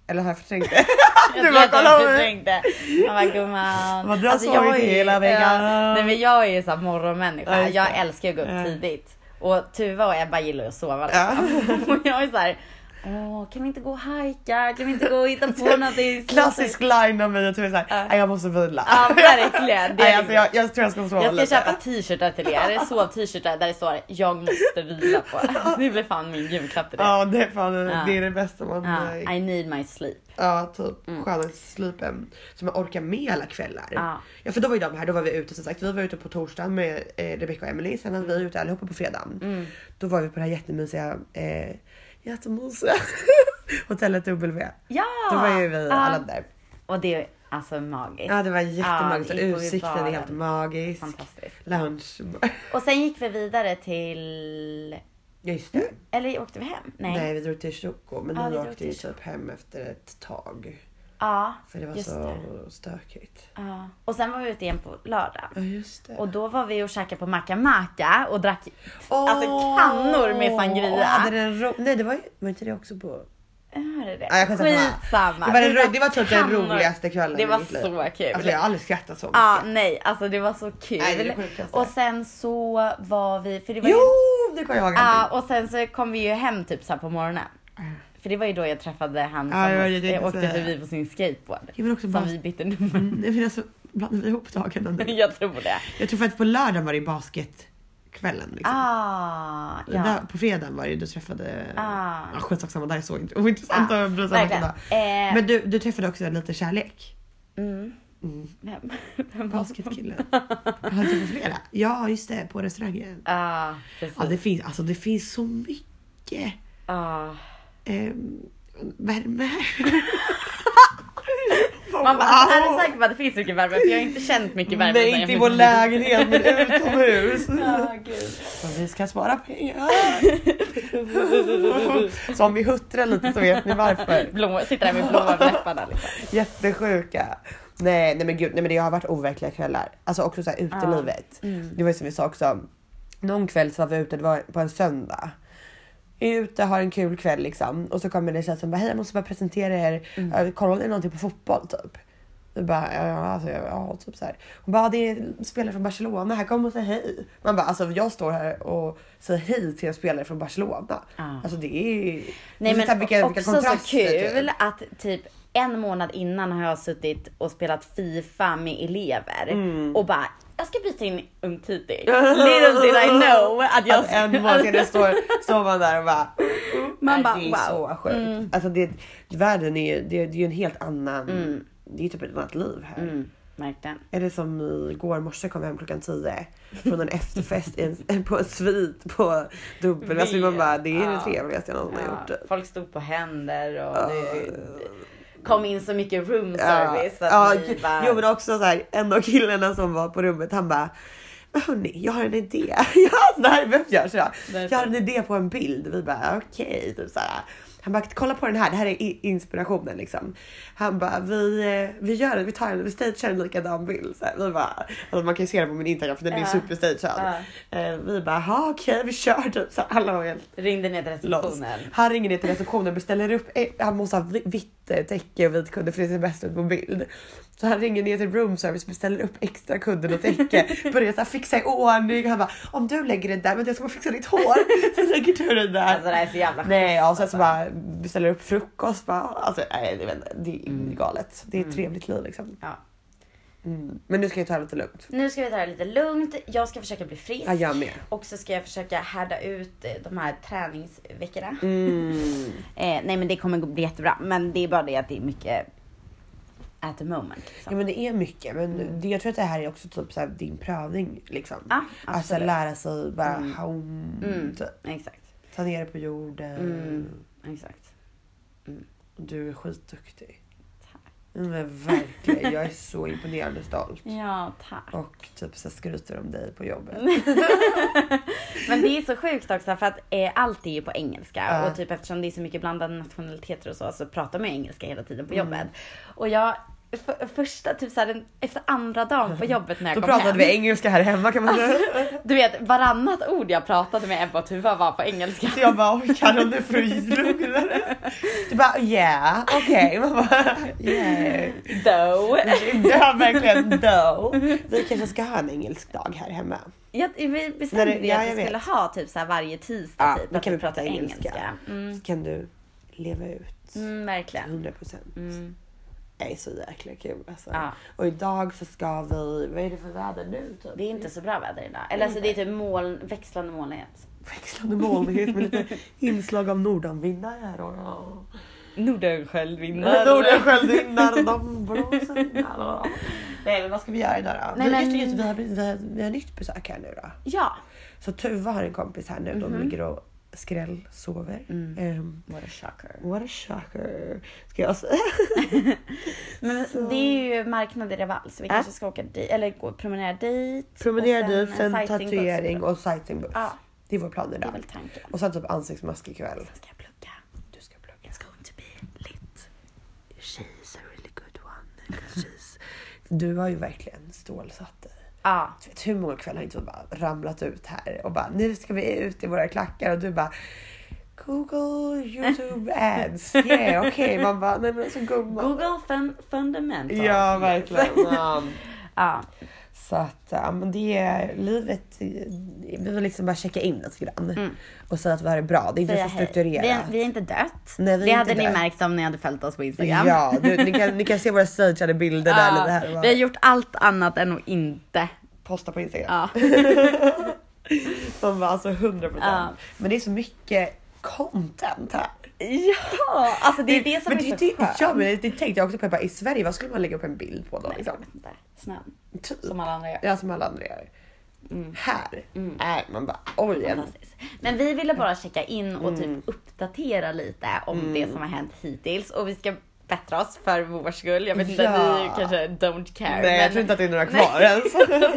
Speaker 1: Eller har jag förträngt det?
Speaker 3: Jag
Speaker 1: bara,
Speaker 3: vet
Speaker 1: "Kolla
Speaker 3: att
Speaker 1: på
Speaker 3: du
Speaker 1: mig."
Speaker 3: tänkte. Man bara gumman. Alltså,
Speaker 1: Vad du har sovit
Speaker 3: är ju-
Speaker 1: hela veckan.
Speaker 3: Ja, nej men jag är ju såhär morgonmänniska.
Speaker 1: Ja, just det.
Speaker 3: jag älskar ju att gå upp
Speaker 1: Ja.
Speaker 3: tidigt. Och Tuva och Ebba gillar ju att sova liksom. Och jag är såhär. Åh, kan vi inte gå och hajka? Kan vi inte gå och hitta på någonting?
Speaker 1: Klassisk line av mig, jag tror jag är såhär,
Speaker 3: Ja.
Speaker 1: "Nej, jag måste vila.
Speaker 3: Ja verkligen. Det
Speaker 1: Nej,
Speaker 3: är
Speaker 1: alltså,
Speaker 3: liksom-
Speaker 1: jag, jag tror jag ska sova
Speaker 3: jag ska
Speaker 1: lite.
Speaker 3: köpa t-shirtar till er, sov-t-shirtar där det står jag måste vila på. Det blir fan min julklapp till er.
Speaker 1: Ja det är fan det är det bästa man...
Speaker 3: Ja,
Speaker 1: Ja,
Speaker 3: I need my sleep.
Speaker 1: typ skönhetsslipen. Så man orkar med alla kvällar.
Speaker 3: Ja.
Speaker 1: Ja för då var ju de här, då var vi ute som sagt. Vi var ute på torsdagen med eh, Rebecca och Emily. Sen var vi ute allihopa på fredagen.
Speaker 3: Mm.
Speaker 1: Då var vi på det här jättemysiga, eh, jättemysiga hotellet W.
Speaker 3: Ja!
Speaker 1: Då var ju vi
Speaker 3: Ja.
Speaker 1: alla där.
Speaker 3: Och det är alltså magiskt.
Speaker 1: Ja det var jättemagiskt
Speaker 3: Ja,
Speaker 1: och
Speaker 3: det gick på
Speaker 1: utsikten är
Speaker 3: baren.
Speaker 1: helt magisk.
Speaker 3: Fantastiskt.
Speaker 1: Lunch.
Speaker 3: Och sen gick vi vidare till...
Speaker 1: Just det.
Speaker 3: Eller åkte vi hem? Nej.
Speaker 1: Nej vi drog till Choco men
Speaker 3: Ja, vi
Speaker 1: vi
Speaker 3: drog
Speaker 1: åkte
Speaker 3: till
Speaker 1: ju typ hem efter ett tag.
Speaker 3: Ja,
Speaker 1: För det var
Speaker 3: just
Speaker 1: så
Speaker 3: det.
Speaker 1: stökigt.
Speaker 3: Ja. Och sen var vi ute igen på lördag.
Speaker 1: Ja just det.
Speaker 3: Och då var vi och käkade på Maca Maca och drack
Speaker 1: Åh!
Speaker 3: alltså kannor med sangria.
Speaker 1: Och hade den ro- Nej det var, ju- var inte det också på...
Speaker 3: Hörde det?
Speaker 1: Ja, jag kan säga
Speaker 3: Skitsamma.
Speaker 1: Det var,
Speaker 3: Vi
Speaker 1: den, ro-
Speaker 3: drack
Speaker 1: det var typ den
Speaker 3: kannor.
Speaker 1: roligaste kvällen
Speaker 3: Det
Speaker 1: i
Speaker 3: var
Speaker 1: mitt liv.
Speaker 3: så kul.
Speaker 1: Alltså jag har aldrig skrattat så mycket.
Speaker 3: Ja, nej, alltså det var så kul.
Speaker 1: Nej, det är det sjukaste.
Speaker 3: och sen så var vi, för det Ah, var
Speaker 1: Jo!
Speaker 3: ju
Speaker 1: Nu kommer jag ihåg
Speaker 3: Ja,
Speaker 1: en
Speaker 3: och sen så kom vi ju hem typ så här på morgonen. För det var ju då jag träffade han
Speaker 1: Ja,
Speaker 3: som
Speaker 1: det var det jag tänkte
Speaker 3: åkte
Speaker 1: säga.
Speaker 3: förbi på sin skateboard.
Speaker 1: Jag vill också
Speaker 3: som
Speaker 1: bara-
Speaker 3: vi bytte nummer.
Speaker 1: bild. Nej men alltså blandar vi ihop dagarna nu?
Speaker 3: jag tror det.
Speaker 1: Jag tror faktiskt på lördagen var det ju basketkvällen liksom.
Speaker 3: Ah, ja.
Speaker 1: Där, på fredagen var det ju du träffade...
Speaker 3: Ah.
Speaker 1: Ja, skitsak samma, det här är så int- ointressant
Speaker 3: Ah,
Speaker 1: att bry sig om.
Speaker 3: verkligen.
Speaker 1: idag.
Speaker 3: Eh.
Speaker 1: Men du, du träffade också lite kärlek.
Speaker 3: Mm. Vem? Vem var
Speaker 1: Basketkillen. Han träffade flera. Ja just det, på restaurangen.
Speaker 3: Ja, precis.
Speaker 1: Ja, det, finns, alltså, det finns så mycket
Speaker 3: Ah.
Speaker 1: eh, värme.
Speaker 3: Man bara, är du säker på att det finns mycket värme? För jag har inte känt mycket värme. sedan jag flyttade hit.
Speaker 1: lägenhet men utomhus.
Speaker 3: Ah, gud.
Speaker 1: vi ska spara pengar. så om vi huttrar lite så vet ni varför.
Speaker 3: Blå, sitter där med blåa läpparna liksom.
Speaker 1: Jättesjuka. Nej, nej men gud, nej men det har varit overkliga kvällar. Alltså också så här utelivet. Det var ju som vi sa också. Någon kväll så var vi ute, det var på en söndag. Är ute, har en kul kväll liksom. Och så kommer det en tjej som bara, hej jag måste bara presentera er. Mm. Kollar ni någonting på fotboll typ? Vi bara, ja, ja, alltså, ja, ja, typ så här. Hon bara, det är en spelare från Barcelona, här kommer och säger hej. Man bara, alltså jag står här och säger hej till en spelare från Barcelona.
Speaker 3: Ah.
Speaker 1: Alltså det är
Speaker 3: Nej men
Speaker 1: Titta Alltså, vilka- vilka
Speaker 3: också så
Speaker 1: kontraster, typ.
Speaker 3: kul att typ en månad innan har jag suttit och spelat FIFA med elever
Speaker 1: Mm.
Speaker 3: och bara jag ska byta in Umtiti. Little did I know att jag...
Speaker 1: Att Alltså,
Speaker 3: alltså,
Speaker 1: en månad senare står, står man där och bara...
Speaker 3: Man
Speaker 1: Man
Speaker 3: bara,
Speaker 1: det är
Speaker 3: wow.
Speaker 1: så sjukt.
Speaker 3: Mm.
Speaker 1: Alltså det, världen är ju, det, det är ju en helt annan... Det är ju typ ett annat liv här.
Speaker 3: Verkligen.
Speaker 1: Eller som igår morse kom jag hem klockan 10 från en efterfest i en, på en svit på dubbel. Alltså man bara, det är det
Speaker 3: Ja.
Speaker 1: trevligaste jag någonsin har
Speaker 3: Ja,
Speaker 1: gjort. typ."
Speaker 3: folk stod på händer och det kom in så mycket room service.
Speaker 1: Ah. Ja,
Speaker 3: att vi bara-
Speaker 1: jo men också så här, en av killarna som var på rummet han bara "Men Hörni, jag har en idé. Ja, det här är vem gör sådär.
Speaker 3: Verkligen.
Speaker 1: Jag har en idé på en bild. Vi bara okej. Typ såhär. han bara kolla på den här. Det här är i- inspirationen liksom. Han bara vi, eh, vi gör det. Vi tar en, vi stagear en likadan bild. Så här, vi bara, alltså man kan ju se det på min Instagram för den är
Speaker 3: Ja.
Speaker 1: superstagead. Eh, Vi bara "Ja, okej vi kör typ. Så här, alla var helt
Speaker 3: Ringde ner till
Speaker 1: lost.
Speaker 3: receptionen.
Speaker 1: Han ringer ner till receptionen och beställer upp, eh, han måste ha vi- vitt eh, täcke och vit kudde för det ser bäst ut på bild. Så han ringer ner till room service, beställer upp extra kudden och täcke, börjar så här fixa i ordning. Han bara om du lägger det där, men jag ska bara fixa ditt hår. Så lägger du det där.
Speaker 3: Alltså det här är så jävla
Speaker 1: Nej, ja, och sen så bara beställer upp frukost. Bara, alltså, nej, jag vet inte, det är galet. Det är ett trevligt liv liksom.
Speaker 3: Mm. Ja.
Speaker 1: Mm. Men nu ska jag ta det lite lugnt.
Speaker 3: Nu ska vi ta det lite lugnt. Jag ska försöka bli frisk.
Speaker 1: Ja, jag med.
Speaker 3: Och så ska jag försöka härda ut eh, de här träningsveckorna.
Speaker 1: Mm.
Speaker 3: eh, nej men det kommer gå- bli jättebra. Men det är bara det att det är mycket at the moment.
Speaker 1: Ja
Speaker 3: Liksom.
Speaker 1: men det är mycket men
Speaker 3: Mm.
Speaker 1: det, jag tror att det här är också typ så här, din prövning liksom.
Speaker 3: Ja,
Speaker 1: att så här,
Speaker 3: absolut. Mm.
Speaker 1: lära sig bara home, typ.
Speaker 3: Exakt.
Speaker 1: ta ner det på jorden.
Speaker 3: Mm. Exakt.
Speaker 1: Du är skitduktig. Mm, Men verkligen, jag är så imponerad och stolt.
Speaker 3: Ja, tack.
Speaker 1: Och typ så här, skryter om dig på jobbet.
Speaker 3: Men det är så sjukt också för att eh, allt är ju på engelska
Speaker 1: Ja.
Speaker 3: och typ eftersom det är så mycket blandade nationaliteter och så så pratar man ju engelska hela tiden
Speaker 1: Mm.
Speaker 3: på jobbet. Och jag, för, första typ såhär den- efter andra dagen på jobbet när jag
Speaker 1: Då
Speaker 3: kom
Speaker 1: pratade
Speaker 3: hem. Alltså.
Speaker 1: vi engelska här hemma kan man säga.
Speaker 3: Du vet varannat ord jag pratade med Ebba och Tuva var på engelska.
Speaker 1: Så jag bara oj Karin du får lugna dig. Du bara yeah, okej. Man bara yeah.
Speaker 3: Though.
Speaker 1: Ja verkligen though. Vi kanske ska ha en engelsk dag här hemma.
Speaker 3: Jag, vi bestämde
Speaker 1: Nej, det-
Speaker 3: ju
Speaker 1: ja,
Speaker 3: att
Speaker 1: jag
Speaker 3: vi
Speaker 1: vet.
Speaker 3: skulle ha typ såhär varje tisdag
Speaker 1: Ja,
Speaker 3: typ
Speaker 1: då
Speaker 3: att
Speaker 1: kan
Speaker 3: vi
Speaker 1: vi prata
Speaker 3: pratar
Speaker 1: engelska.
Speaker 3: engelska. Mm,
Speaker 1: Så kan du leva ut.
Speaker 3: mm, verkligen.
Speaker 1: 100 procent.
Speaker 3: Mm.
Speaker 1: Det är så jäkla kul alltså.
Speaker 3: Ja.
Speaker 1: Och idag så ska vi, vad är det för väder nu typ?
Speaker 3: Det är inte så bra väder idag. Eller alltså det är typ moln, växlande molnighet.
Speaker 1: växlande molnighet med lite inslag av nordanvindar här och då.
Speaker 3: Nordensköldvinnare.
Speaker 1: Nordansköldingar, de blåser in här och då. Nej men vad ska vi göra idag då?
Speaker 3: Nej,
Speaker 1: vi,
Speaker 3: men-
Speaker 1: just, det, just, det, vi, har, vi, har, vi har nytt besök här nu då.
Speaker 3: Ja.
Speaker 1: Så Tuva har en kompis här nu,
Speaker 3: Mhm.
Speaker 1: de ligger och skrällsover.
Speaker 3: Mm.
Speaker 1: Ehm,
Speaker 3: What a shocker.
Speaker 1: what a shocker. Ska jag säga.
Speaker 3: Men
Speaker 1: Så-
Speaker 3: det är ju marknad i Reval så vi kanske ska åka dit eller gå promenera dit.
Speaker 1: Promenera
Speaker 3: Äh? och sen
Speaker 1: dit, sen
Speaker 3: sightseeing buss.
Speaker 1: tatuering och sightseeingbuss.
Speaker 3: Ja.
Speaker 1: Det är vår plan
Speaker 3: Det är
Speaker 1: idag.
Speaker 3: väl tanken.
Speaker 1: Och sen typ ansiktsmask ikväll.
Speaker 3: Sen ska jag plugga.
Speaker 1: Du ska plugga.
Speaker 3: It's going to be lit.
Speaker 1: She's a really good one. 'cause She's... Du har ju verkligen stålsatt dig.
Speaker 3: Ja.
Speaker 1: Du vet hur många kvällar har inte du bara ramlat ut här och bara nu ska vi ut i våra klackar och du bara Google YouTube ads. Yeah, okej. Man bara nej men alltså gumman.
Speaker 3: Google fun fundamentals.
Speaker 1: Ja verkligen. Ja.
Speaker 3: Ja.
Speaker 1: Så att ja, men det är livet. Vi vill liksom bara checka in lite grann och säga att vi har Mm. det bra. Det är
Speaker 3: Mm. Säga
Speaker 1: inte så
Speaker 3: hej.
Speaker 1: strukturerat.
Speaker 3: Vi, vi är inte dött.
Speaker 1: Nej, vi är
Speaker 3: det hade
Speaker 1: inte
Speaker 3: ni
Speaker 1: dött.
Speaker 3: märkt om ni hade följt oss på Instagram.
Speaker 1: Ja, du, ni, kan, ni kan se våra stageade bilder där lite här och
Speaker 3: vi har
Speaker 1: bara.
Speaker 3: gjort allt annat än att inte.
Speaker 1: Posta på Instagram.
Speaker 3: Ja.
Speaker 1: De var alltså 100 procent.
Speaker 3: Ja.
Speaker 1: Men det är så mycket content här.
Speaker 3: ja, alltså det är det som
Speaker 1: men
Speaker 3: är
Speaker 1: det,
Speaker 3: så
Speaker 1: det,
Speaker 3: skönt.
Speaker 1: ja, men det, det tänkte jag också på. Jag bara, I Sverige, vad skulle man lägga upp en bild på då? liksom?
Speaker 3: Där, Snön.
Speaker 1: Typ.
Speaker 3: Som alla andra gör.
Speaker 1: Ja, som alla andra gör. Här är man bara oj. Mm. en-
Speaker 3: Mm. Fantastiskt. Men vi ville bara checka in och typ uppdatera lite om
Speaker 1: Mm.
Speaker 3: det som har hänt hittills och vi ska bättra oss för vår skull. Jag vet inte,
Speaker 1: Ja.
Speaker 3: ni kanske don't care.
Speaker 1: Nej, jag tror inte att det är några kvar ens.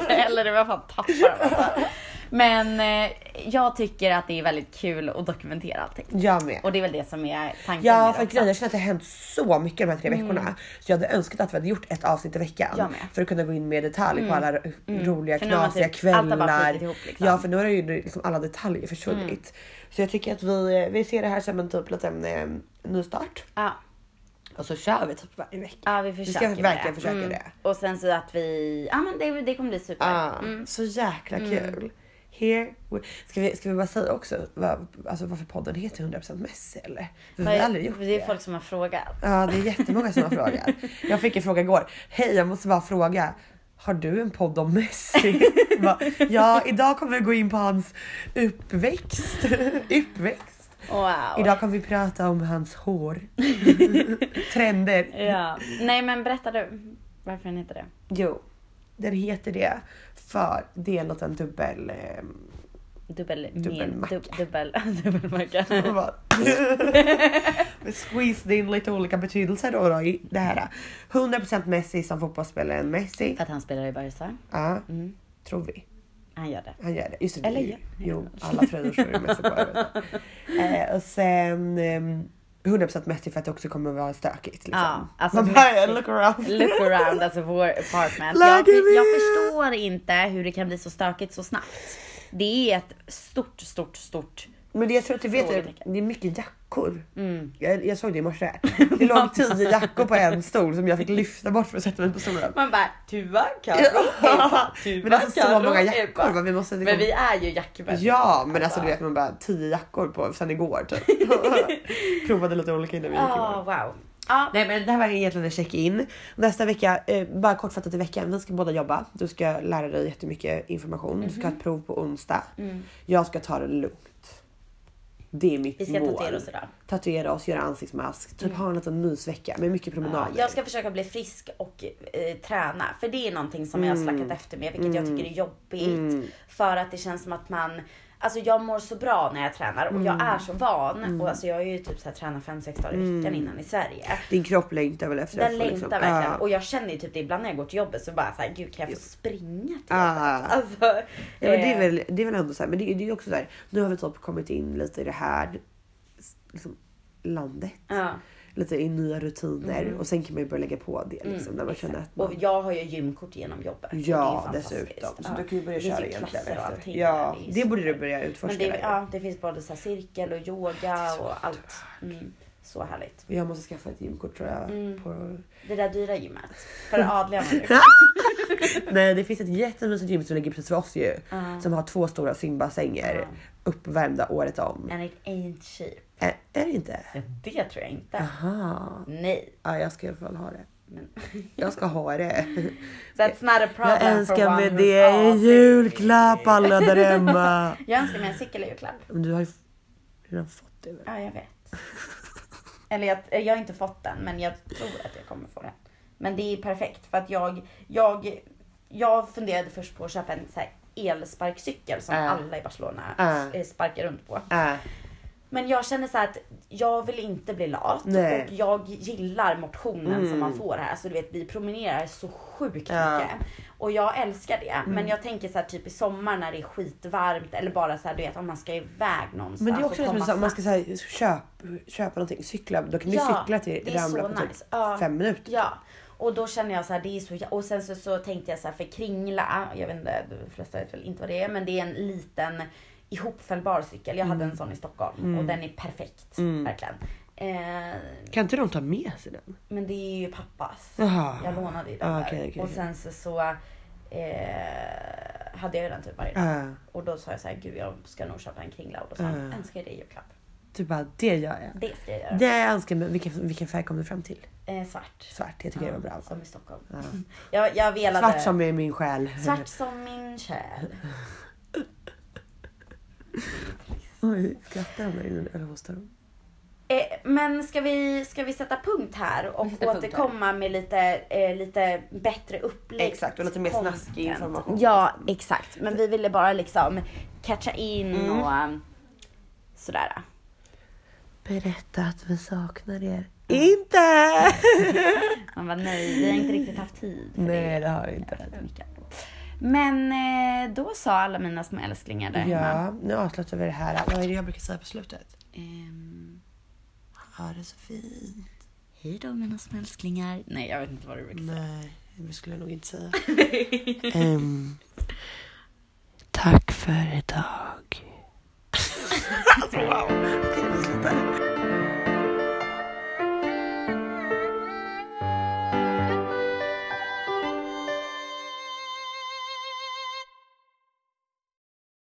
Speaker 3: Eller det var fan tappar dem, alltså. Men eh, jag tycker att det är väldigt kul att dokumentera allting.
Speaker 1: Jag med.
Speaker 3: Och det är väl det som är tanken
Speaker 1: Ja,
Speaker 3: nu
Speaker 1: för
Speaker 3: också.
Speaker 1: grejen, jag känner att det har hänt så mycket de här tre veckorna. Så jag hade önskat att vi hade gjort ett avsnitt i
Speaker 3: Jag
Speaker 1: veckan.
Speaker 3: med. Mm.
Speaker 1: För att kunna gå in mer i detalj på alla ro- roliga,
Speaker 3: För nu har man
Speaker 1: knasiga
Speaker 3: typ- allt har bara
Speaker 1: kvällar.
Speaker 3: flutit ihop, liksom. Mm.
Speaker 1: Ja, för nu har ju liksom alla detaljer försvunnit. Så jag tycker att vi, vi ser det här som en typ liten eh, nystart.
Speaker 3: Ja,
Speaker 1: Och så kör vi typ varje vecka.
Speaker 3: ja, vi
Speaker 1: Vi
Speaker 3: försöker
Speaker 1: ska verkligen
Speaker 3: det.
Speaker 1: försöka
Speaker 3: Mm.
Speaker 1: det.
Speaker 3: Och sen så att vi, ja men det, det kommer bli super.
Speaker 1: Ah,
Speaker 3: Mm.
Speaker 1: Så jäkla kul. Here we... ska, vi, ska vi bara säga också vad, alltså varför podden heter 100% Messi eller? För vi har aldrig gjort det.
Speaker 3: det är folk som har frågat.
Speaker 1: Ja, det är jättemånga som har frågat. Jag fick en fråga igår. Hej, jag måste bara fråga. Har du en podd om Messi? Jag bara, ja, idag kommer vi gå in på hans uppväxt. uppväxt.
Speaker 3: Wow.
Speaker 1: Idag kommer vi prata om hans hår. Trender.
Speaker 3: Ja. Nej men berätta du. Varför den heter det?
Speaker 1: Jo, den heter det för det är en liten dubbel... Eh,
Speaker 3: Dubbel...
Speaker 1: Dubbelmacka.
Speaker 3: dub- dubbel, dubbelmacka.
Speaker 1: vi squeezed in lite olika betydelser då, då i det här. 100% Messi som fotbollsspelaren Messi.
Speaker 3: För att han spelar i Barca. Mm.
Speaker 1: Ja, tror vi.
Speaker 3: Han gör det.
Speaker 1: Han gör det. Just det, det.
Speaker 3: Eller
Speaker 1: är ju-
Speaker 3: gör-
Speaker 1: Jo, alla tröjor står ju Messi på. jag vet inte. Eh, och sen ehm, 100% Messi för att det också kommer vara stökigt. Liksom.
Speaker 3: Ja, alltså
Speaker 1: Man bara,
Speaker 3: Messi-
Speaker 1: look around.
Speaker 3: Look around, alltså vår apartment. Jag,
Speaker 1: Lägenhet!
Speaker 3: jag förstår inte hur det kan bli så stökigt så snabbt. Det är ett stort, stort, stort...
Speaker 1: Men det jag tror att du vet är
Speaker 3: Frågetecken.
Speaker 1: det är mycket jackor.
Speaker 3: mm.
Speaker 1: Jag, jag såg det i morse. Det låg tio jackor på en stol som jag fick lyfta bort för att sätta mig på stolen.
Speaker 3: Man bara, Tuva,
Speaker 1: Men alltså så många jackor. Men vi måste liksom...
Speaker 3: är ju jackmän.
Speaker 1: Ja men alltså du vet man bara tio jackor på sen igår typ. Provade lite olika innan vi gick igår.
Speaker 3: Oh, wow. Ja,
Speaker 1: Nej men det här var egentligen en check-in. Nästa vecka, eh, bara kortfattat i veckan, vi ska båda jobba. Du ska lära dig jättemycket information. Du
Speaker 3: Mhm.
Speaker 1: ska ha ett prov på onsdag.
Speaker 3: Mm.
Speaker 1: Jag ska ta det lugnt. Det är mitt
Speaker 3: Vi ska
Speaker 1: mål.
Speaker 3: tatuera oss idag. Mm.
Speaker 1: Tatuera oss, göra ansiktsmask, typ ha en liten mysvecka med mycket promenader.
Speaker 3: Jag ska försöka bli frisk och eh, träna. För det är någonting som
Speaker 1: Mm.
Speaker 3: jag har slackat efter med, vilket jag tycker är jobbigt. För att det känns som att man, alltså jag mår så bra när jag tränar och jag
Speaker 1: Mm.
Speaker 3: är så van. Och alltså jag är ju typ så här tränat 5-6 dagar i veckan
Speaker 1: Mm.
Speaker 3: innan i Sverige.
Speaker 1: Din kropp längtar väl efter
Speaker 3: Den
Speaker 1: att få
Speaker 3: längtar
Speaker 1: liksom-
Speaker 3: verkligen.
Speaker 1: Ja.
Speaker 3: Och jag känner ju typ det ibland när jag går till jobbet så bara såhär, gud kan jag få springa till jobbet?
Speaker 1: Ah.
Speaker 3: Alltså,
Speaker 1: Ja, men det, är
Speaker 3: eh,
Speaker 1: väl, det är väl ändå så här, men det, är- det är också så här, nu har vi typ kommit in lite i det här s- liksom, landet.
Speaker 3: ja.
Speaker 1: Lite i nya rutiner och sen kan man ju börja lägga på det liksom, när man känner att man...
Speaker 3: Mm. Och jag har ju gymkort genom jobbet. och det är
Speaker 1: Ja,
Speaker 3: fantastiskt.
Speaker 1: dessutom. Så
Speaker 3: Ja.
Speaker 1: du kan ju börja
Speaker 3: Det finns
Speaker 1: köra
Speaker 3: ju
Speaker 1: egentligen
Speaker 3: klasser och
Speaker 1: efter.
Speaker 3: allting.
Speaker 1: Ja,
Speaker 3: är ju
Speaker 1: det
Speaker 3: så
Speaker 1: borde du
Speaker 3: härligt.
Speaker 1: börja utforska.
Speaker 3: Men det,
Speaker 1: där.
Speaker 3: ja, det finns både så här cirkel och yoga och allt. Mm, så härligt.
Speaker 1: Jag måste skaffa ett gymkort tror jag.
Speaker 3: Mm.
Speaker 1: På...
Speaker 3: Det där dyra gymmet. För adliga människor.
Speaker 1: Nej, det finns ett jättemysigt gym som ligger precis för oss ju. Som har två stora simbassänger uppvärmda året om.
Speaker 3: And it ain't cheap.
Speaker 1: Är, är det inte?
Speaker 3: Det tror jag inte.
Speaker 1: Aha.
Speaker 3: Nej.
Speaker 1: Ja, jag ska i alla fall ha det.
Speaker 3: Men
Speaker 1: Jag ska ha det.
Speaker 3: that's not a problem
Speaker 1: Jag
Speaker 3: for
Speaker 1: önskar
Speaker 3: one
Speaker 1: mig
Speaker 3: who's
Speaker 1: det i
Speaker 3: all
Speaker 1: julklapp alla där hemma.
Speaker 3: Jag önskar mig en cykel i julklapp.
Speaker 1: Men du har ju redan fått det väl?
Speaker 3: Ja, jag vet. Eller jag, eh, jag har inte fått den, men jag tror att jag kommer få den. Men det är perfekt för att jag, jag, jag funderade först på att köpa en så här elsparkcykel som
Speaker 1: Äh.
Speaker 3: alla i Barcelona
Speaker 1: Äh.
Speaker 3: eh, sparkar runt på.
Speaker 1: Äh.
Speaker 3: Men jag känner så här att jag vill inte bli lat
Speaker 1: Nej. Mm.
Speaker 3: och jag gillar motionen som man får här. Alltså du vet vi promenerar så sjukt
Speaker 1: Ja. Mm.
Speaker 3: mycket. Och jag älskar det. Men jag tänker så här typ i sommar när det är skitvarmt eller bara så här du vet om man ska iväg någonstans.
Speaker 1: Men det är
Speaker 3: och
Speaker 1: också det som är
Speaker 3: Alltså, komma
Speaker 1: så här, om man ska
Speaker 3: snabbt.
Speaker 1: så här, köp, köpa någonting, cykla, då kan du cykla till
Speaker 3: det är
Speaker 1: Ramla
Speaker 3: så
Speaker 1: på typ
Speaker 3: nice. Ja.
Speaker 1: fem minuter.
Speaker 3: Ja. typ. Och då känner jag så här, det är så jä- Och sen så, så tänkte jag så här för Kringla, jag vet inte, de flesta vet väl inte vad det är, men det är en liten ihopfällbar cykel. Jag
Speaker 1: Mm.
Speaker 3: hade en sån i Stockholm och den är perfekt. Verkligen. Eh,
Speaker 1: Kan inte de ta med sig den?
Speaker 3: men det är ju pappas.
Speaker 1: Jaha.
Speaker 3: Jag lånade ju den
Speaker 1: Ah,
Speaker 3: där.
Speaker 1: okej, okej,
Speaker 3: och
Speaker 1: okej.
Speaker 3: sen så, så eh, hade jag ju den typ varje dag.
Speaker 1: Ah.
Speaker 3: Och då sa jag så här, gud jag ska nog köpa en Kringla. Och då sa han,
Speaker 1: Ah.
Speaker 3: önskar jag dig i julklapp.
Speaker 1: Du bara, det gör jag.
Speaker 3: Det ska jag göra.
Speaker 1: Det jag önskar mig, vilken, vilken färg kom du fram till?
Speaker 3: Eh, svart.
Speaker 1: Svart, jag tycker det var bra.
Speaker 3: Som i Stockholm. Jag, jag velade.
Speaker 1: Svart som är min själ.
Speaker 3: Svart som min själ.
Speaker 1: Oj, skrattar de där inne eller hostar de?
Speaker 3: Eh, men ska vi, ska vi sätta punkt här och
Speaker 2: sätter punkt
Speaker 3: återkomma med lite, eh, lite bättre upplägg?
Speaker 1: Exakt, och lite mer
Speaker 3: content.
Speaker 1: snaskig information.
Speaker 3: Ja, exakt. Men vi ville bara liksom catcha in
Speaker 1: Mm.
Speaker 3: och um, sådär.
Speaker 1: Berätta att vi saknar er. Inte!
Speaker 3: Man var nej, vi har inte riktigt haft tid. för
Speaker 1: Nej, det har vi
Speaker 3: det.
Speaker 1: inte.
Speaker 3: Väldigt mycket. Men eh, då sa alla mina små älsklingar där hemma.
Speaker 1: Ja, nu avslutar vi det här. Vad är det jag brukar säga på slutet?
Speaker 3: ehm,
Speaker 1: Ha det så fint.
Speaker 2: Hej då mina smälsklingar.
Speaker 3: nej, jag vet inte vad du brukar säga.
Speaker 1: Nej, det skulle jag nog inte säga. Ehm, tack för idag. alltså, wow.